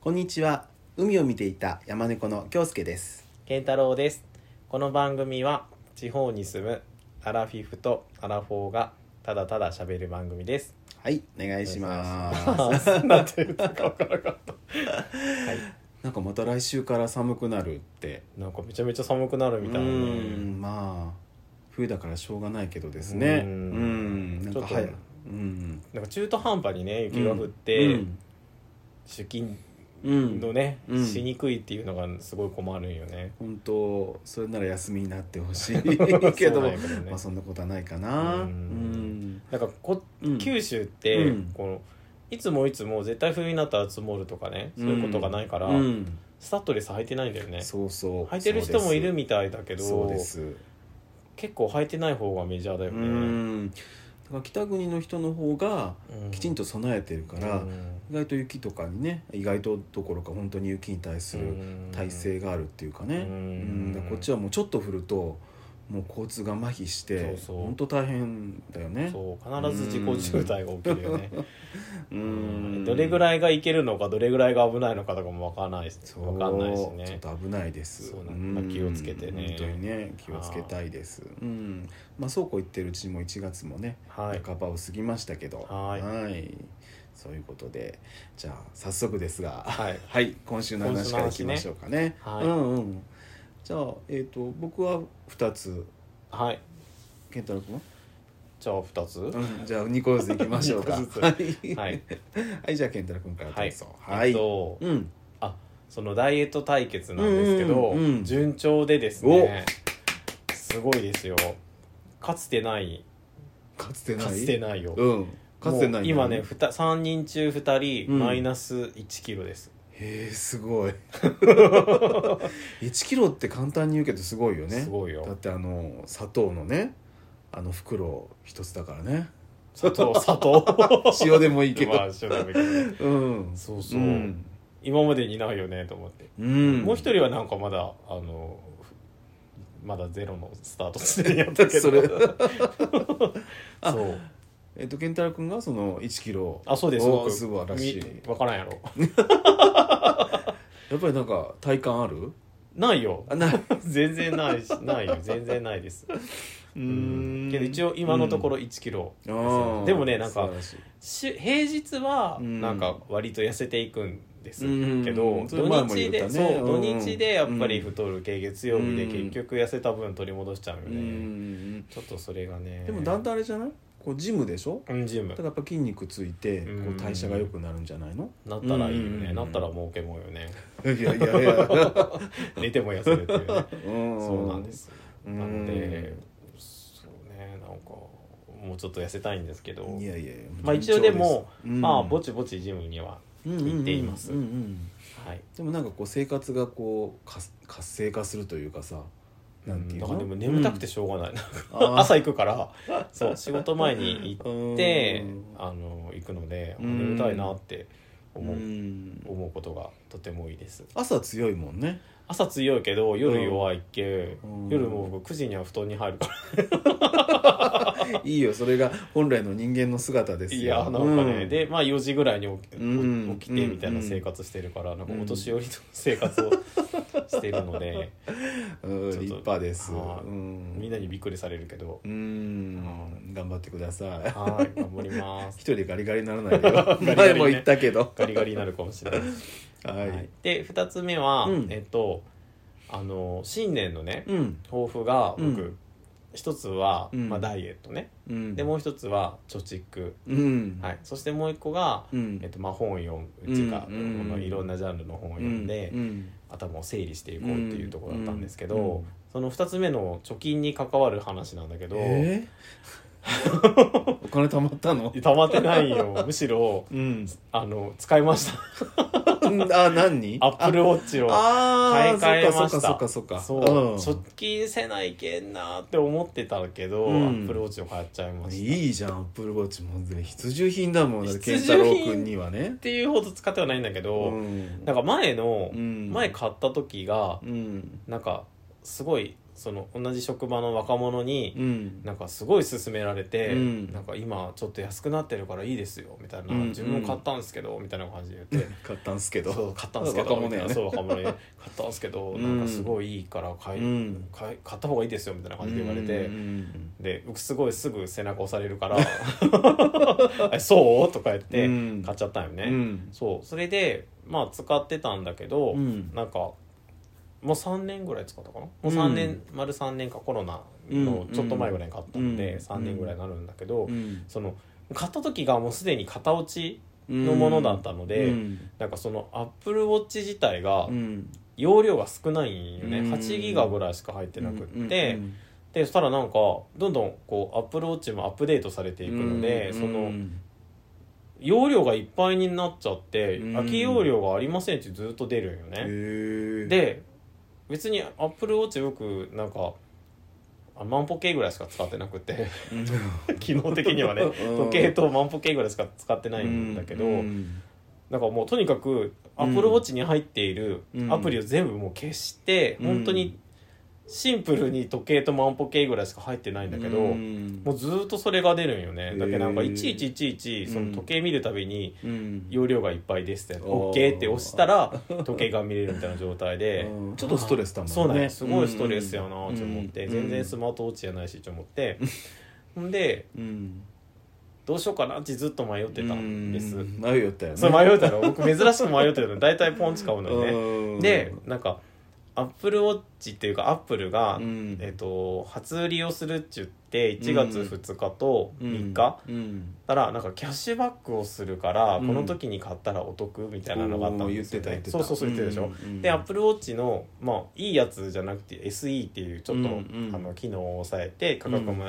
こんにちは海を見ていた山猫の京介です健太郎ですこの番組は地方に住むアラフィフとアラフォーがただただ喋る番組ですはいお願いしまお願いしますなんて言ったか分からなかったすなんかまた来週から寒くなるってなんかめちゃめちゃ寒くなるみたいなうねんまあ冬だからしょうがないけどですねううんんなんかちょっとはいうんなんか中途半端にね雪が降って、うん出勤うんのね、うんしにくいっていうのがすごい困るんよね本当それなら休みになってほしいけ そうどなんやけどねまあそんなことはないかなううんんなんかこうん九州って、うんこのいつもいつも絶対冬になったら積もるとかね、そういうことがないから、うんスタッドレス履いてないんだよねそうそう履いてる人もいるみたいだけどそうですそうです結構履いてない方がメジャーだようね、うんんだから北国の人の方がきちんと備えてるから、うん意外と雪とかにね意外とどころか本当に雪に対する耐性があるっていうかね、うんうんだからこっちはもうちょっと降るともう交通が麻痺してそうそう本当大変だよねそう必ず自己渋滞が起きるよね、ううんんどれぐらいがいけるのかどれぐらいが危ないのかとかも分からないしそう分かんないしちょっねと危ないですそうなんだん気をつけてね本当にね気をつけたいですうんまあそうこう言ってるうちにも1月もねはい半ばを過ぎましたけどはいそういうことでじゃあ早速ですが はいはい今週の話からいきましょうかね今週の話ねはいうんうんじゃあえっ、と僕は2つはい健太郎君は、じゃあ2つ、うん、じゃあ2個ずついきましょうか二個ずつはい、はい、はい、じゃあ健太郎君からどうぞえっと、うんそのダイエット対決なんですけど、うんうんうん順調でですねすごいですよかつてないかつてないかつてないようんかつてないもう今ねふた3人中2人、うんマイナス1キロですへえす ごい1キロって簡単に言うけどすごいよねすごいだっよてあの砂糖のねあの袋一つだからね砂糖 砂糖塩でもいいけど、 まあ塩でもいいけどうんそうそう、ん今までにないよねと思って、うんもう一人はなんかまだあのふまだゼロのスタート地点やったけど それあそうえっと健太郎君がその1キロあそうですお僕素晴らしいみわからんやろやっぱりなんか体感あるないよ あな全然ないしないよ全然ないですうけど一応今のところ1キロ、うんあーでもねなん素か晴らしいし平日はうんなんか割と痩せていくんですうんけど、それ土前も言日ったで、ねそうう土ん日でやっぱり太る系月曜日でうん結局痩せた分取り戻しちゃうようね、んちょっとそれがねでもだんだんあれじゃないこうジムでしょうんジムだからやっぱ筋肉ついてうんこう代謝が良くなるんじゃないのなったらいいようんうんうねんなったら儲けもんよねいやいやい や寝ても痩せるっていうね そそうなんですなのでそうねなんかもうちょっと痩せたいんですけどいやいやいやまあ一応でも、うんまあぼちぼちジムには行っていますうんうんうんうんはいでもなんかこう生活がこうかす活性化するというかさなんていうだのからでも眠たくてしょうがない、うんあー 朝行くからそう仕事前に行ってうんあの行くのであうん眠たいなって思う,、うん思うことがとても多いです朝強いもんね朝強いけど夜弱いけ、うん夜もう僕9時には布団に入るからいいよそれが本来の人間の姿ですよい やなんかね、うんでまあ4時ぐらいに起き,、うん起きてみたいな生活してるから、なんかお年寄りの生活をしてるの で、うんちょっと立派ですはういんみんなにびっくりされるけど、うん頑張ってくださいはい頑張ります一人でガリガリにならないでよリ ガリね前も言ったけどガリガリになるかもしれないです、ははいいで2つ目は、うんえっとあの新年のねうん抱負が僕、うん一つは、うんまあ、ダイエットね、うんでもう一つは貯蓄、うんはい、そしてもう一個が、うんえっとまあ、本を読むっていうか、うんうんうんこのいろんなジャンルの本を読んで、うん頭を整理していこうっていうところだったんですけど、うんうんその2つ目の貯金に関わる話なんだけど、えー お金貯まったの溜まってな いよむしろうんあの使いましたあ何にアップルウォッチを買あいー替えましたそっかそっかそっかそう、そっ貯金せないけんなって思ってたけど、うんアップルウォッチを買っちゃいまかしたいいじゃんアップルウォッチも必需品だもんだって必需健品太郎君にはねっていうほど使ってはないんだけど、んなんか前の、うん前買った時がうんなんかすごいその同じ職場の若者に、うんなんかすごい勧められて、うんなんか今ちょっと安くなってるからいいですよみたいな、うんうん自分も買ったんですけどみたいな感じで言って。買ったんすけどそう買ったんですけど若者やねみたいなそう若者に買ったんですけど、うんなんかすごいいいから買い、うん買い買った方がいいですよみたいな感じで言われて、うんうんで僕すごいすぐ背中押される から「えそう?」とか言ってうん買っちゃったよね、うんそうそれでまあ使ってたんだけど、うんなんかもう3年ぐらい使ったかなもう3年、丸3年かコロナのちょっと前ぐらいに買ったんで、うん3年ぐらいになるんだけど、うんその買った時がもうすでに型落ちうんのものだったので、うんなんかそのアップルウォッチ自体がうん容量が少ないんよね、うん8ギガぐらいしか入ってなくって、うんでそしたらなんかどんどんこうアップルウォッチもアップデートされていくので、うんその容量がいっぱいになっちゃって、うん空き容量がありませんってずっと出るんよね、へえで別にアップルウォッチ僕なんかあ万歩計ぐらいしか使ってなくて うん機能的にはねうん時計と万歩計ぐらいしか使ってないんだけど、うんなんかもうとにかくアップルウォッチに入っているうんアプリを全部もう消して、うん本当にシンプルに時計と万歩計ぐらいしか入ってないんだけど、うんもうずっとそれが出るんよへねーだけどなんかいちいちいちいちその時計見るたびにうん容量がいっぱいですって「おー OK」って押したら時計が見れるみたいな状態でうんちょっとストレスたもんねそうなんやすごいストレスやなと思ってうん全然スマートウォッチじゃないしと思ってほんでうんどうしようかなってずっと迷ってたんですうん迷うったよねそう迷うたら僕珍しく迷ってたの大体ポン使うのよねうんでなんかアップルウォッチっていうかアップルがうんえっと初売りをするっちゅって1月2日と3日、うんたらなんかキャッシュバックをするから、うんこの時に買ったらお得みたいなのがあったんですよ、ね、おー言ってた言ってたそうそうそう言ってたでしょ、うんうんで AppleWatch の、まあ、いいやつじゃなくて SE っていうちょうっと、んうんあの機能を抑えて価格も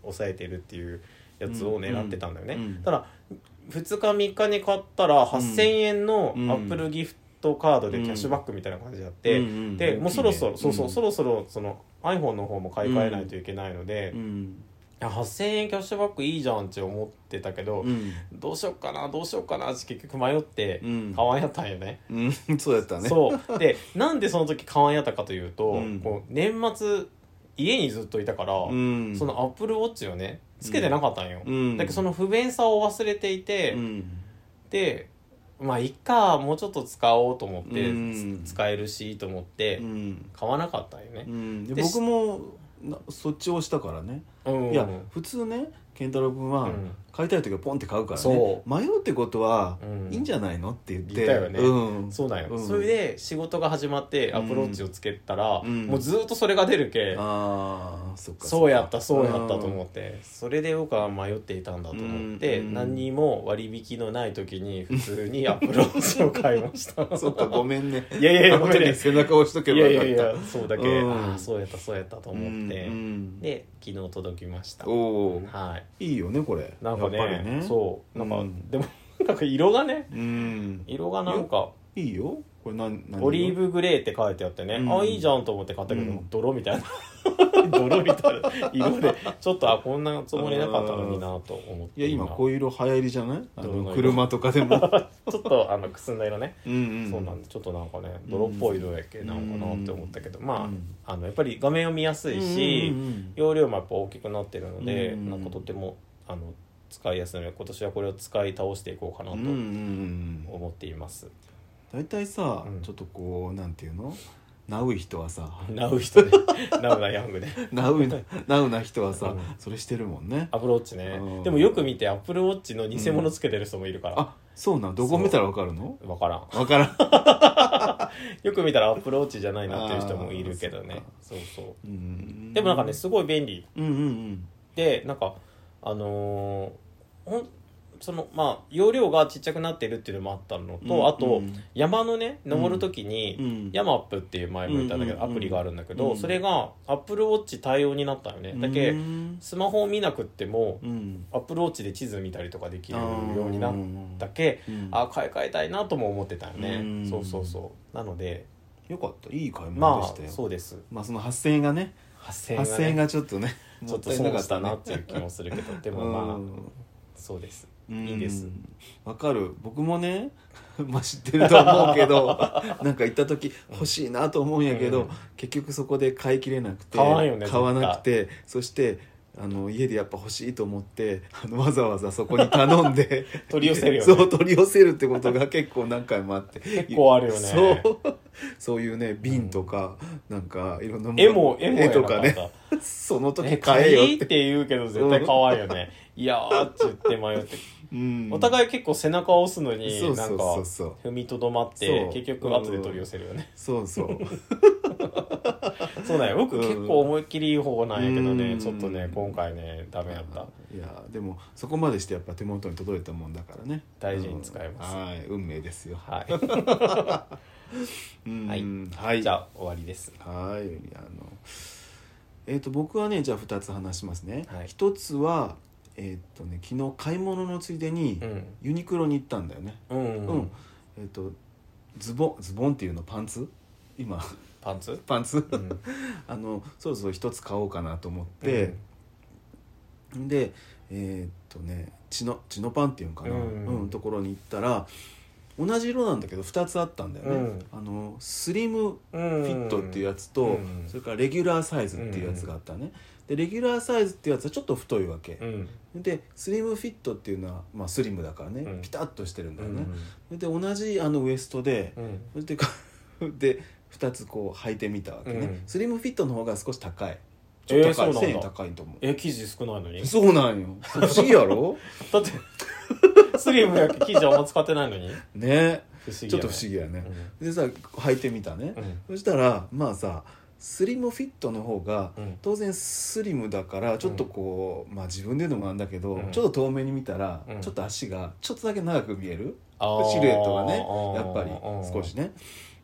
抑えてるっていうやつを狙ってたんだよね、うんうんただ2日3日に買ったら8,000円のうん Apple ギフトカードでキャッシュバックみたいな感じであって、うんうんでもうそろそろ、大きいそねうそうそろそろその iPhone の方も買い替えないといけないので、うんいや8,000円キャッシュバックいいじゃんって思ってたけど、うんどうしよっかなどうしよっかなって結局迷ってうん買わんやったんよね。うん そうやったねそうでなんでその時買わんやったかというと、うんこう年末家にずっといたから、うんそのアップルウォッチをねつけてなかったんよ、うんだけどその不便さを忘れていて、うんでまあいっかもうちょっと使おうと思って、うん使えるしと思ってうん買わなかったんよねう。んでで僕もなそっちを押したからねうんいや普通ね健太郎君はうん買いたい時はポンって買うからねそ迷うってことはうんいいんじゃないのって言って言ったよねうんそうなんよ、うんそれで仕事が始まってアプローチをつけたら、うんもうずっとそれが出るけ、ああそっかそうやったそうやったうと思ってそれで僕は迷っていたんだと思ってうん何にも割引のない時に普通にアプローチを買いました んそっかごめんねいやい やいやごめん後ねで背中押しとけいばやいよかやったいやそうだけうんああそうやったそうやったと思ってうんうんで昨日届きましたおおはいいいよねこれなんかやっぱりねねそうなんか、うんでも なんか色がねうん色がなんかいいよこれ何何オリーブグレーって書いてあってね、うんあいいじゃんと思って買ったけど、うん泥みたいな 泥みたいな色でちょっとあこんなつもりなかったのになと思っていや今こういう色流行りじゃないあどのの色車とかでも ちょっとあのくすんだ色ね、うんうんそうなんでちょっとなんかね泥っぽい色やっけなんかなって思ったけど、まあ,、うんあのやっぱり画面を見やすいし、うんうん容量もやっぱ大きくなってるので、うんなんかとてもあの使いやすいので今年はこれを使い倒していこうかなうんうんうんうとん思っています。大体さ、うんちょっとこうなんていうのナウい人はさ ナウ人で ナウなヤングでナ ウなナウな人はさ、うんそれしてるもんねアプローチねうんでもよく見てアップルウォッチの偽物つけてる人もいるから、あそうなんどこ見たらわかるの分からんわからんよく見たらアップルウォッチじゃないなっていう人もいるけどねあそうそううん でもなんかねすごい便利うんうんでなんかあのーほんそのまあ容量がちっちゃくなってるっていうのもあったのと、うんあと、うん山のね登る時に、うんうんヤマップっていう前も言ったんだけど、うんうんうんアプリがあるんだけど、うんそれがアップルウォッチ対応になったよね、だうけんスマホを見なくっても、うんアップルウォッチで地図見たりとかできるようになったけうんあ買い替えたいなとも思ってたよねうんそうそうそうなのでよかったいい買い物でましたあよ、そうですまあその8000円がね8000 8000円円がねがちょっとねちょっともいな損かしたなねっていう気もするけどでうもまあんそうですううんいいですわかる僕もね まあ知ってると思うけど なんか行った時欲しいなと思うんやけど、うん結局そこで買い切れなくて買わんよね買わなくてそしてあの家でやっぱ欲しいと思ってあのわざわざそこに頼んで 取り寄せるよねそう取り寄せるってことが結構何回もあって結構あるよねそうそういうね瓶とか、なんかいろんなもの絵も絵もや絵なとかね その時え買買ええよよっ、ってて言うけど絶対買わん よねいやーって言って迷ってうんお互い結構背中を押すのにそうなそんうかそうそう踏みとどまっそてう結局後で取り寄せるよねそうそうそうだよ僕うん結構思いっきりいい方なんやけどうねんちょっとね今回ねダメだったいやでもそこまでしてやっぱ手元に届いたもんだからね大事に使いますうんはい運命ですよはうんはいはいいじゃあ終わりですはいあのえっ、と僕はねじゃあ2つ話しますね、はい一つはえっ、とね昨日買い物のついでにうんユニクロに行ったんだよねうん、うん、えっ、とズボンズボンっていうのパンツ今 パンツパンツ、 うんあのそろそろ一つ買おうかなと思って、でえーっとね血の血のパンっていうんかな、ううんんところに行ったら同じ色なんだけど2つあったんだよね、うんあのスリムうんフィットっていうやつと、うんそれからレギュラーサイズっていうやつがあったね、でレギュラーサイズっていうやつはちょっと太いわけう、んでスリムフィットっていうのは、まあ、スリムだからね、うんピタッとしてるんだうよんね、で同じあのウエストで、 うんそしてこうで2つこう履いてみたわけね、うんスリムフィットの方が少し高いちえょっーと高い、そうなんだ1000円高いと思うえ生地少ないのにそうなん よ。不思議やろだって スリムやけ生地あんま使ってないのにね不思議ちょっと不思議やね。でさ、履いてみたね。うそんしたら、まあさ、スリムフィットの方が、うん当然スリムだから、ちょっとこう、まあ自分で言うのもなんだけど、うんちょっと遠目に見たら、うんちょっと足がちょっとだけ長く見える。あーシルエットがねあーやっぱりあー少しね。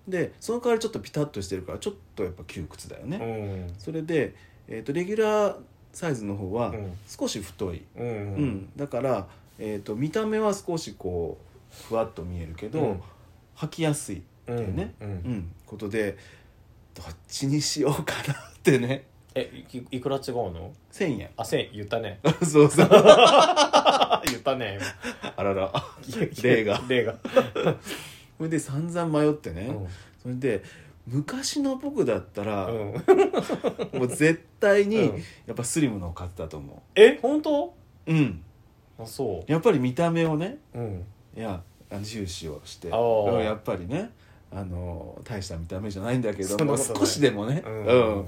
で、その代わりちょっとピタッとしてるから、ちょっとやっぱ窮屈だようね。んそれで、えっ、と、レギュラーサイズの方はうん少し太い。うんうんうんだから、えー、と見た目は少しこうふわっと見えるけど、うん履きやすい、うんだよねううんん、ことでどっちにしようかなってねえいいくら違うの1,000円 あ千言ったねそうそうあ言った ねあらら例が例がそれで散々迷ってね、それで昔の僕だったら、うんうんもう絶対にうんやっぱスリムのを買ってたと思え本当ううんあそやっぱり見た目をねううんいやあの重視をしてあーうんやっぱりねあの大した見た目じゃないんだけどそんなもうことない少しでもね、うん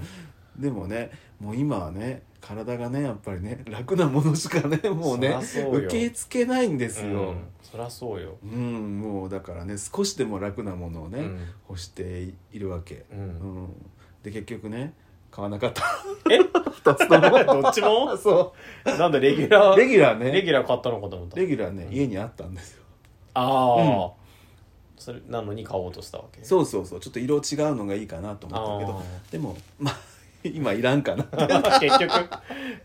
でもねもう今はね体がねやっぱりね楽なものし かねもうねそらそうよ受け付けないんですうよん、そりゃそうようんもうだからね少しでも楽なものをね、うん欲しているわけ、ううんんで結局ね買わなかった え2つとも どっちも そなんだレギュラうレーギュラーねレギュラー買ったのかと思ったレギュラーね、うん家にあったんですよああそれなのに買おうとしたわけうそうそうそうちょっと色違うのがいいかなと思ったけどあでもまあ 今いらんかなー 結局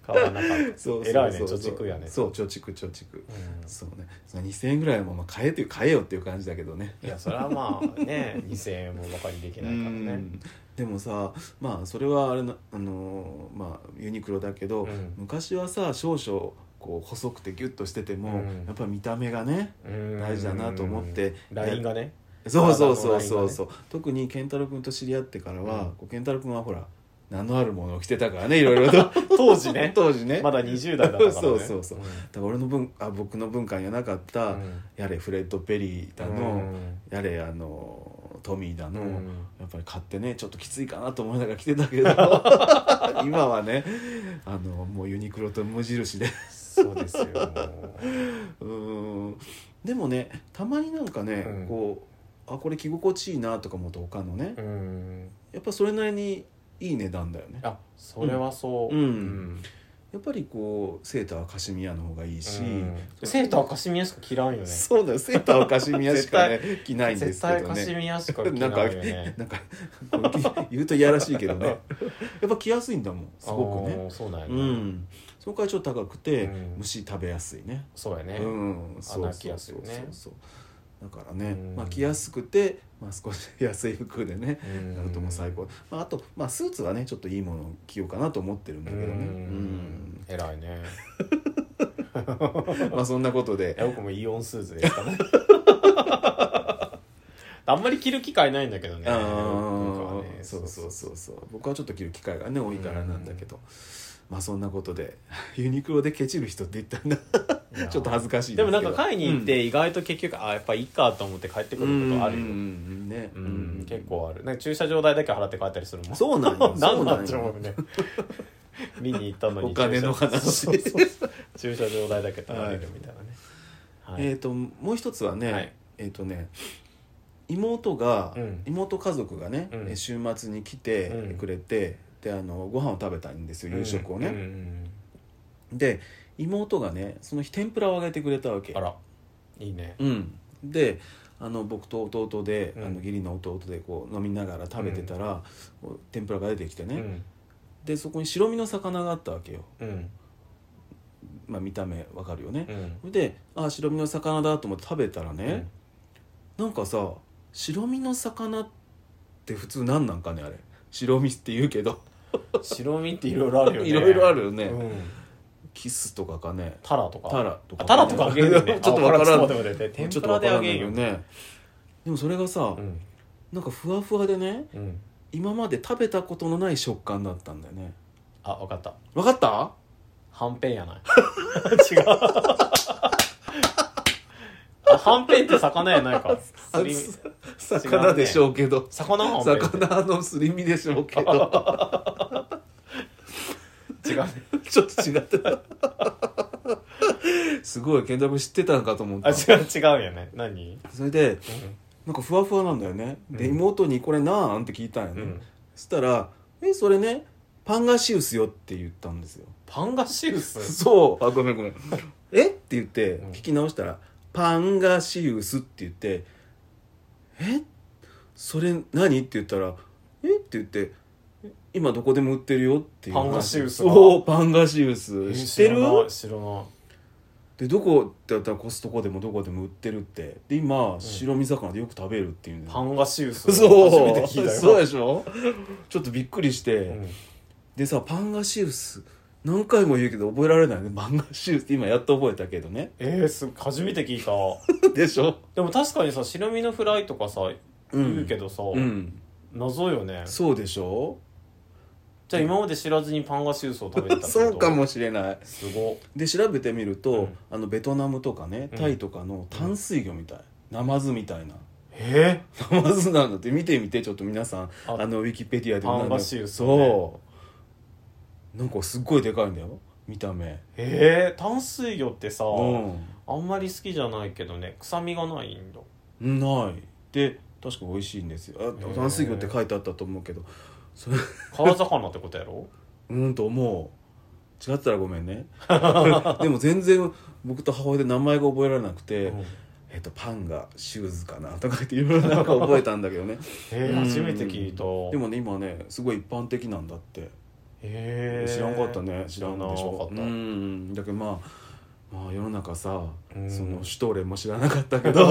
買わなかったそうそうそう偉いね貯蓄やねそう貯蓄貯蓄うんそうねその2000円ぐらいはまあ買えっていう買えよっていう感じだけどねいやそれはまあね2,000円もバカにできないからうねんでもさまあそれはあれなあのーまあユニクロだけど、うん昔はさ少々こう細くてギュッとしてても、うんやっぱ見た目がねうん大事だなと思ってラインがねそうそうそうそうそう、特に健太郎君と知り合ってからは、こう健太郎君はほら名のあるものを着てたからねいろいろと 当時ね 当時ねまだ20代だったからねそうそうそううんだから俺の文あ僕の文化にはなかった、やれフレッド・ペリーだの、うんやれあのトミーだの、うんやっぱり買ってねちょっときついかなと思いながら着てた けど今はねあのもうユニクロと無印で そうですようーんでもねたまになんかね、うんこうあこれ着心地いいなとか思うと他のね、うんやっぱそれなりにいい値段だよねあそれはそううんうんやっぱりこうセーターはカシミヤの方がいいし、セーターカシミヤしか着らんよねそうだよセーターはカシミヤしかね着ないんで絶すけ対どカシねミヤしか着 なんかないよ ねなんかこう言うといやらしいけ どねやっぱ着やすいんだもんすごくあねーそうなんやうねんそこからちょっと高くて、うん虫食べやすいねそうやねうんそう穴開そきうやすいそようねそうだからね、うんまあ着やすくて、まあ、少し安い服でねうんなるともう最高、まあ、あと、まあ、スーツはねちょっといいものを着ようかなと思ってるんだけどねうん偉いねまあそんなことで僕もイオンスーツです かねあんまり着る機会ないんだけどねあ僕はーねそうそうそうそう僕はちょっと着る機会がね多いからなんだけど、まあそんなことで ユニクロでケチる人って言ったんだいやちょっと恥ずかしいですもけどなんか買いに行って意外と結局、あやっぱいいかと思って帰ってくることあるようんうんうんね、うん、結構あるなんか駐車場代だけ払って帰ったりするもんそうなんよ なんだっそてうなん思ようね見に行ったのにお金の話 そうそうそう駐車場代だけ取られるみたいなね、はいえっ、ともう一つはね、はいえっ、とね妹が、うん妹家族がね、うんえ週末に来てうんくれて、であのご飯を食べたんですよ夕食をね、うんうんうんで妹がねその日天ぷらをあげてくれたわけあらいいねうん、であの僕と弟で、うんあの義理の弟でこう飲みながら食べてたら、こう天ぷらが出てきてね、でそこに白身の魚があったわけよ、うんうんまあ、見た目わかるよねう、んであ白身の魚だと思って食べたらね、なんかさ白身の魚って普通何なんかねあれ白身って言うけどうん白身っていろいろあるよねいろいろあるよねうんキスとかかねタラとかタラとか、あタラとかあげるよね ちょっとわからあんちょっと待って待ってちょ天っぷとらわでからあんげだんよよねでもそれがさ、うんなんかふわふわでねうん今まで食べたことのない食感だったんだよねあわかったわかったはんぺん やない違うあはんぺんって魚やな いかすりす魚でしょうけど魚はんぺんって魚のすり身でしょうけど違うね ちょっと違ったすごい健太君知ってたんかと思っあた違う違うよね何それでなんかふわふわなんだよねでうん妹に「これなん?」って聞いたんようん、ね、そしたら「えそれねパンガシウスよ」って言ったんですよパンガシウスそうあごめんごめん「えっ?」て言ってうん聞き直したら「パンガシウス」って言って「えそれ何?」って言ったら「えっ?」て言って「今どこでも売ってるよ」っていう話パンガシウスがそうパンガシウスえ知ってる知らない知らないでどこってやったらコストコでもどこでも売ってるってで今白身魚でよく食べるっていうんだよパンガシウスそう初めて聞いたよそうでしょちょっとびっくりして、うんでさパンガシウス何回も言うけど覚えられないねパンガシウスって今やっと覚えたけどね えー、す初めて聞いたでしょでも確かにさ白身のフライとかさ言うけどさ、うん謎よねそうでしょじゃあ今まで知らずにパンガシウスを食べてたってことそうかもしれないすごで調べてみると、うんあのベトナムとかねうんタイとかの淡水魚みたい、ナマズみたいなえナマズなんだって見てみてちょっと皆さんああのウィキペディアでパンガシウスねそうなんかすっごいでかいんだよ見た目えー、淡水魚ってさ、うんあんまり好きじゃないけどね臭みがないんだないで確か美味しいんですよへあえ淡水魚って書いてあったと思うけどそれ川魚ってことやろうんと思う違ったらごめん ねでも全然僕と母親で名前が覚えられなくて、うんえっと、パンがシューズかなとか言っていろいろなんか覚えたんだけどねえうー、ん初めて聞いたでもね今ねすごい一般的なんだって、えー、知らんかったね知らんでし知らなかょったうんだけどまあまあ世の中さうんそのシュトーレンも知らなかったけど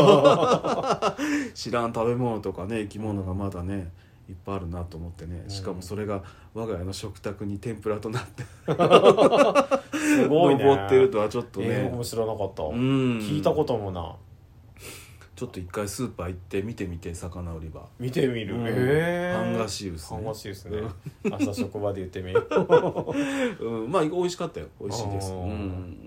知らん食べ物とかね生き物がまだねいっぱいあるなと思ってねうんしかもそれが我が家の食卓に天ぷらとなってすごいね登ってるとはちょっとね、えー、僕も知らなかった、うん聞いたこともなちょっと一回スーパー行って見てみて魚売り場見てみる、うんええー、パンガシウスねパンガシウスね明日職場で言って みよううんまあ美味しかったよ美味しいですあうーん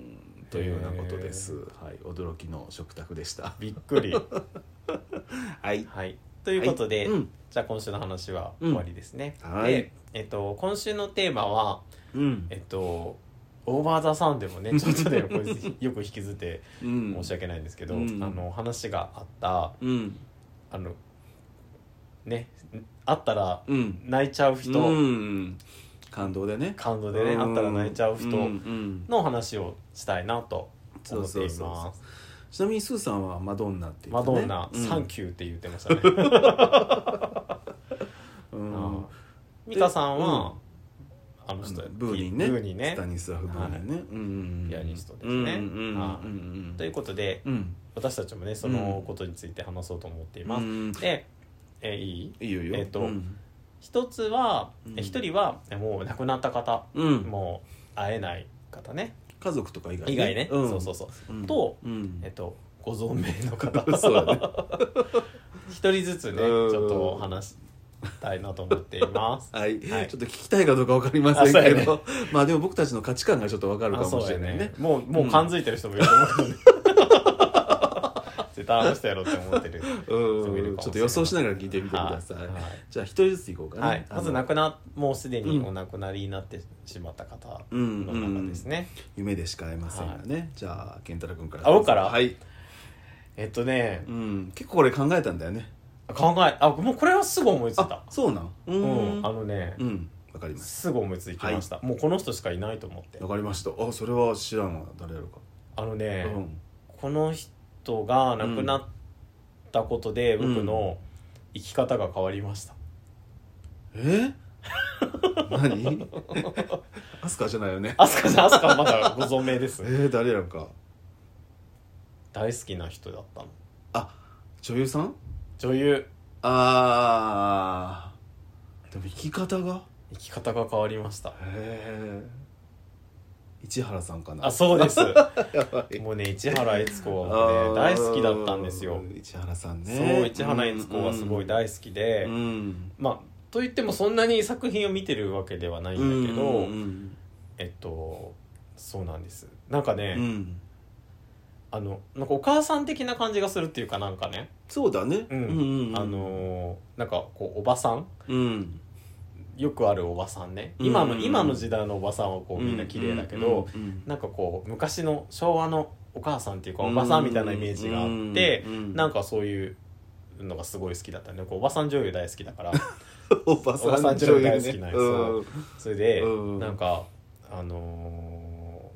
というようなことです、はい、驚きの食卓でしたびっくりはいはいということで、はいうんじゃあ今週の話は終わりですね、うんはいで、えっと、今週のテーマはうんえっとオーバー・ザ・サンでもねちょっとねこれよく引きずってうん申し訳ないんですけど、うんあの話があったうんあのねあったらうん泣いちゃう人、うん感動でね感動でね、うんあったら泣いちゃう人んんの話をしたいなとそ思うっていそまうす。そうちなみにスーさんはマドンナって言マってドねンナ、うんサンキューって言ってましたね。うんミカさんは、あのあ人のブーニンねブーニンねスタニスラフ・ブーニンね、うんうんうんピアニストですねうんうんはういんということで、うん私たちもねそのことについて話そうと思っています。うんで、えいいいいよいいよえっとうん一つはうんえ一人はえもう亡くなった方、うんもう会えない方ね家族とか以外以外ね、うん、そうそうそそうう、ん、とうんえっとご存命の方 そうだね一人ずつねちうんょっとお話したいなと思っています はい、はいちょっと聞きたいかどうかわかりませんあけそうやど、 まあでも僕たちの価値観がちょっとわかるかもしれないねあそうやもうもう感づいてる人もいると思う、んで、 絶対あの人やろうって思ってるう人もいるかもしれんないちょっと予想しながら聞いてみてください、はいはいじゃあ一人ずついこうかな、はい、あまのず亡くなもうすでにうんお亡くなりになってしまった方うんの中ですね、夢でしか会えませんがね、じゃあ健太郎君からあ僕からはい、えっとねうん、結構これ考えたんだよね考えあもうこれはすぐ思いついたあそうなんううんんあのね、うんわかりますすぐ思いついてました、もうこの人しかいないと思ってわかりましたあそれは知らんわ誰やろうか、あのね、うんこの人が亡くなったことでうん僕の生き方が変わりました、え 何アスカじゃないよねアスカさんアスカまだご存命ですえー、誰やろうか大好きな人だったの女優さん女優あーでも生き方が生き方が変わりましたへえ市原さんかなあそ うですやばいもうね市原悦子はね大好きだったんですよ市原さんねそう市原悦子はすごい大大好きで、うんまあと言ってもそんなに作品を見てるわけではないんだけど、うんうんえっとそうなんですなんかね、うんうんあのなんかお母さん的な感じがするっていうかなんかね、そうだねうんあのーなんかこうおばさんうんよくあるおばさんねうん今の、うん今の時代のおばさんはこうみんな綺麗だけど、うんうんなんかこう昔の昭和のお母さんっていうかおばさんみたいなイメージがあって、うんうんなんかそういうのがすごい好きだったねこうおばさん女優大好き だからおばさんおばさん女優ね大好きなんですよそれで、うんなんかあの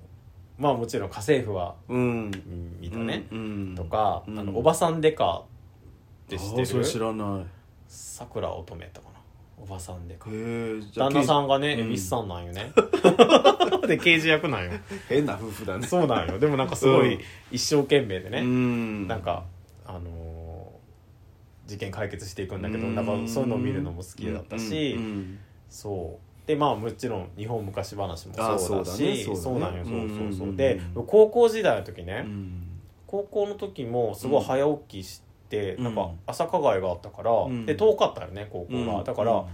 ーまあもちろん家政婦はうんうんうん見たね、うんとか、うんあのおばさんデカって知っあてーそれ知るらないへさくら乙女とかなおばさんデカえ旦那さんんがねうん蛭子さんなんよ ねで刑事役なんよ変な夫婦だねそうなんよでもなんかすごういん一生懸命でね、んなんかあのー事件解決していくんだけどうんなんかそういうのを見るのも好きだったし、うんうんそうでまあもちろん日本昔話もあそうだそうだねしそうだねそうなんよそうそうそううんで高校時代の時ね、うん高校の時もすごい早起きして、うんなんか朝課外があったから、んで遠かったよね高校が、うんだから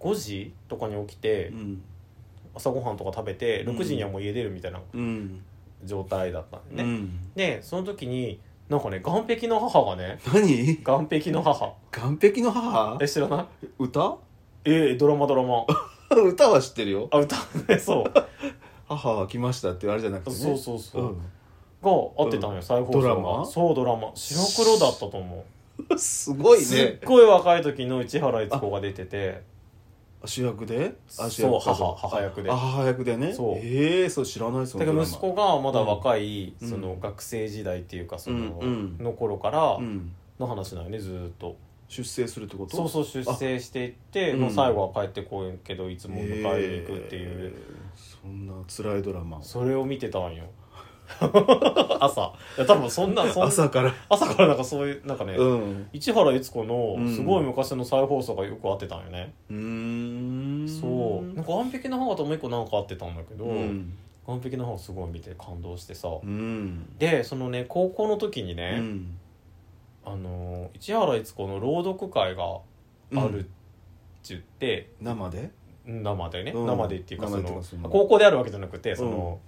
5時とかに起きて、うん朝ごはんとか食べてうん6時にはもう家出るみたいなうん状態だったんでうね、んでその時になんかね岸壁の母がね何岸壁の母岸壁の母え知らない歌えドラマド ラマ歌は知ってるよあ 歌ねそう母は来ましたってあれじゃなくてね そうそうそう、んが合ってたんよ再放送がドラマそうドラマ白黒だったと思すごういすねっごい若い時の市原悦子が出てて主役でそう主役か母母役であ母役でねそうええそう知らないそだから息子がまだ若い、うんそうんの学生時代っていうかその,、うんうんの頃からうんの話なんよねずーっと出生するってことそうそう出生していってあもううん最後は帰ってこいけどいつも迎えに行くっていう、えーそんな辛いドラマをそれを見てたんよ 朝いや多分そんなそん朝朝から朝からなんかそういうなんかね、うん市原悦子のうんすごい昔の再放送がよく合ってたんよね、うーんそうなんか岸壁の母ともう一個なんか合ってたんだけど、うん岸壁の母すごい見て感動してさ、うんでそのね高校の時にね、うんあの市原悦子の朗読会があるって言って、生で生でね、うん生でっていうかそ生でっていうのかその高校であるわけじゃなくてその、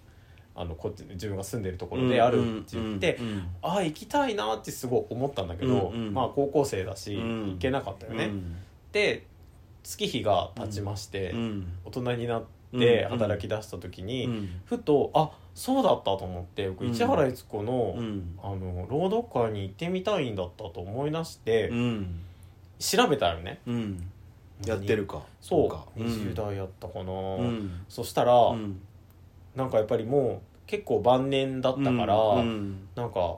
あのこっち自分が住んでるところであるって言って、うんうんああ行きたいなってすごい思ったんだけど、うんうんまあ高校生だし、うん行けなかったよね。うんで月日が経ちまして、うん大人になってうん働き出した時に、うんふとあそうだったと思って僕うん市原悦子の,、うんあの朗読会に行ってみたいんだったと思い出して、うん調べたよね。うんやってるかそうか20代やったかな、うんそしたら、うんなんかやっぱりもう結構晩年だったから、うんなんか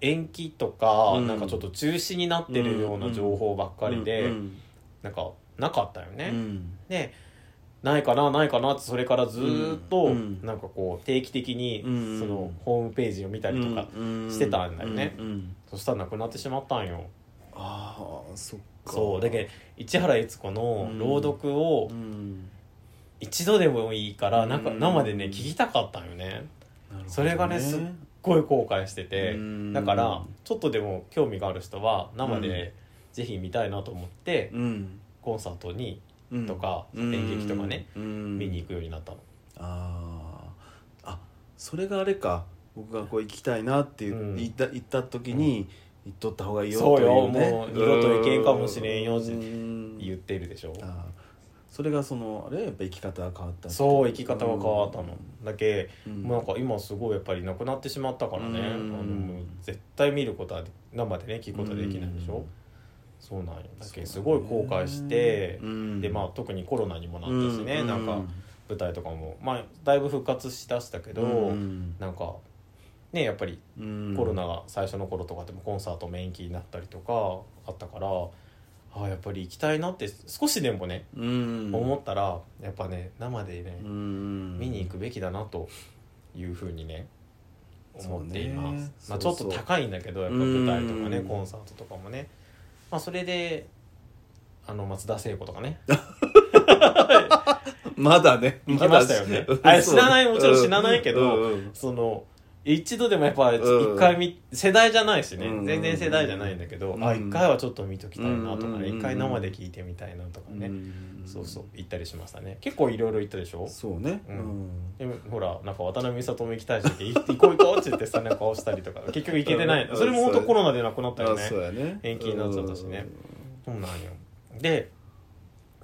延期とか、うんなんかちょっと中止になってるような情報ばっかりで、うんなんかなかったようね。んでないかなないかなってそれからずーっと、うんうんなんかこう定期的にうんそのホームページを見たりとか、してたんだよねうんうんそしたらなくなってしまったんよ。ああそっかそうだけど市原悦子の朗読をうん一度でもいいからなんかうん生でね聞きたかったんよねなるほどそれがねすっごい後悔しててうんだからちょっとでも興味がある人は生でぜひ見たいなと思ってうんコンサートにうんとか演劇とかねうん見に行くようになったのあーあそれがあれか僕がこう行きたいなって言,、うん言った言った時に、行っとった方がいいよそうとよいねもう二度と行けんかもしれんよってうん言ってるでしょあーそれがそのあれやっぱ生き方が変わったってそう生き方が変わったのだけうんもうなんか今すごいやっぱりなくなってしまったからねうんあのもう絶対見ることは生でね聞くことはできないでしうょんそうなんよだけどすそうごいだね後悔してうんでまあ特にコロナにもなったしねうなんか舞台とかもまあだいぶ復活しだしたけどうんなんかねやっぱりうんコロナが最初の頃とかでもコンサートも延期になったりとかあったからああやっぱり行きたいなって少しでもねうん思ったらやっぱね生でねうん見に行くべきだなというふうにね思っています、そまうねあ、ちょっと高いんだけどやっぱ舞台とかねうんコンサートとかもね、まあ、それであの松田聖子とかねまだね行きましたよねあれ知らないもちろん知らないけどその一度でもやっぱうん一回見、世代じゃないしね、うん全然世代じゃないんだけど、うんあ一回はちょっと見ときたいなとかうんね一回生で聞いてみたいなとかね、そうそう行ったりしましたね結構いろいろ行ったでしょそうねううんんでもほらなんか渡辺美里も行きたいしって行こう行こうって言ってさなんか押したりとか結局行けてないうんそれも本当コロナでなくなったよあねそうやね延期になっちゃったしねそうなんよで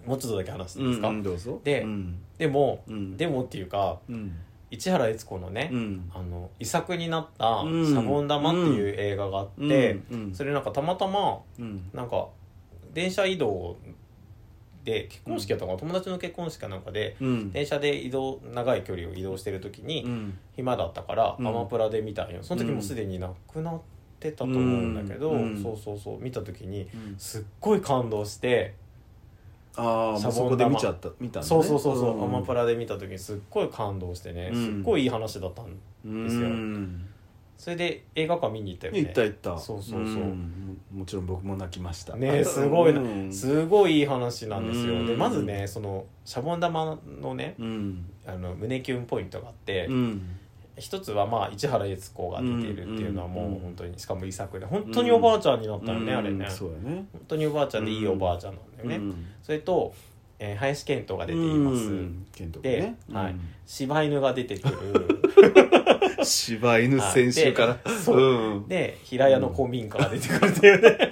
もうちょっとだけ話していいですか、うんどうぞでうんでも、うんでもっていうかうん市原悦子のね、うんあの遺作になった「シうんャボン玉」っていう映画があって、うんそれなんかたまたまうんなんか電車移動で結婚式やったのかな、友達の結婚式かなんかでうん電車で移動長い距離を移動してる時に、うん暇だったからアうんマプラで見たんよその時もすでになくなってたと思うんだけど、うんうんそうそうそう見た時にうんすっごい感動して、ああシャボそこン玉で見ちゃった見たんだねそうそうそうそう、んアマプラで見た時にすっごい感動してね、うんすっごいいい話だったのですうよんそれで映画館見に行ったよね行った行ったそうそうそうんももちろん僕も泣きましたねえすごいなうんすごいいい話なんですよ、うんでまずねそのシャボン玉のねうんあの胸キュンポイントがあって、うん一つはまあ市原悦子が出ているっていうのはうんもううん本当にしかも遺作で本当におばあちゃんになったよね、うんあれねそうやね本当におばあちゃんでいいおばあちゃんなんだよね、うんそれと、えー林遣都が出ています、うん健斗君ねではいうん柴犬が出てくる 柴犬先週からあでそううんで平屋の公民館が出てくるっていうね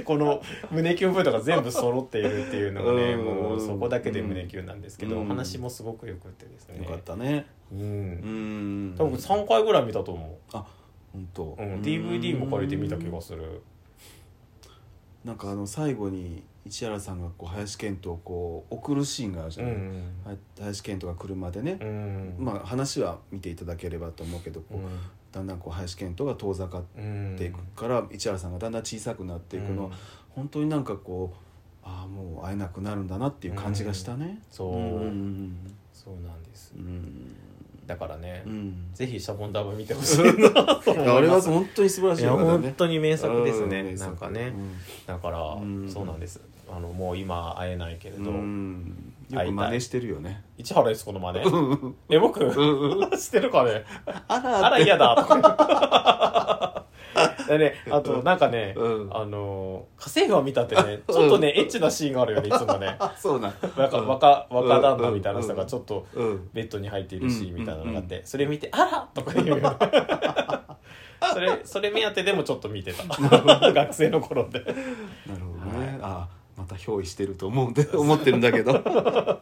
この胸キュン部とか全部揃っているっていうのがね、うんもうそこだけで胸キュンなんですけど、うん話もすごくよくってですね よかったねううんん多分3回ぐらい見たと思本当う、うん、DVD も借りて見た気がすするるなんかあの最後に市原さんがこう林遣都をこう送るシーンがあるじうゃんなうい、んはい林遣都が車でねう、んまあ話は見ていただければと思うけど、こううだんだんこう林遣都が遠ざかっんていくから、市原さんがだんだん小さくなっていくの、うん本当になんかこうああもう会えなくなるんだなっていう感じがしたね、そう、うんそうなんですうんだからね、うんぜひシャボンダブ見てほしいないと思いやあれはます本当に素晴らしいいや映画だ本ね当に名作ですうね名作なんかねだからうんそうなんですあのもう今会えないけれうどんうんよく真似してるよ ね市原悦子の真似え僕してるかねあらあら 嫌だとかでねあとなんかねうんあの家政婦を見たってねちょっとねエッチなシーンがあるよねいつもねあそうなんなんか若若旦那みたいな人がちょっとうんベッドに入っているシーンみたいなのがあって、うんそれ見て「あら!」とか言うよ それそれ目当てでもちょっと見てた学生の頃でなるほどはいねあまた憑依してると思うんで思ってるんだけどは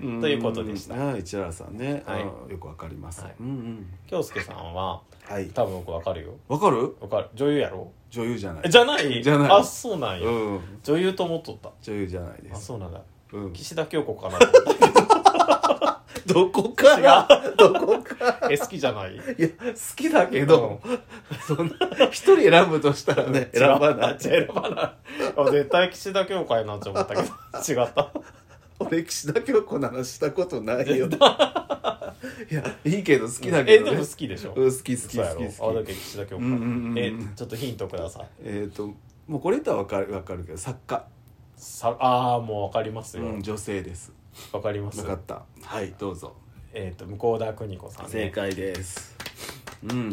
いんということでしたああ市原さんねああはいよくわかりますはいうんうん京介さんははい多分僕わかるよわかるわかる女優やろ女優じゃなえいじゃないじゃないあそうなんや、うん女優と思っとった女優じゃないであすそうなんだうん岸田京子かなと思っどこから どこからたえ好きじゃないいや好きだけどそんな一人選ぶとしたらね選ばな違うい選ばないあ絶対岸田京子やなって思ったけど違った俺岸田京子ならしたことないよいやいいけど好きだえけでどもね好きでしょうん好き好きそうやろ好きあだ好けき岸田京子うんうんうんえちょっとヒントくださいえっともうこれとはわかるわかるけど作家さああもうわかりますよ、うん女性ですわかりますなかったはいどうぞえっ、と向田邦子さん、ね、正解ですうんうん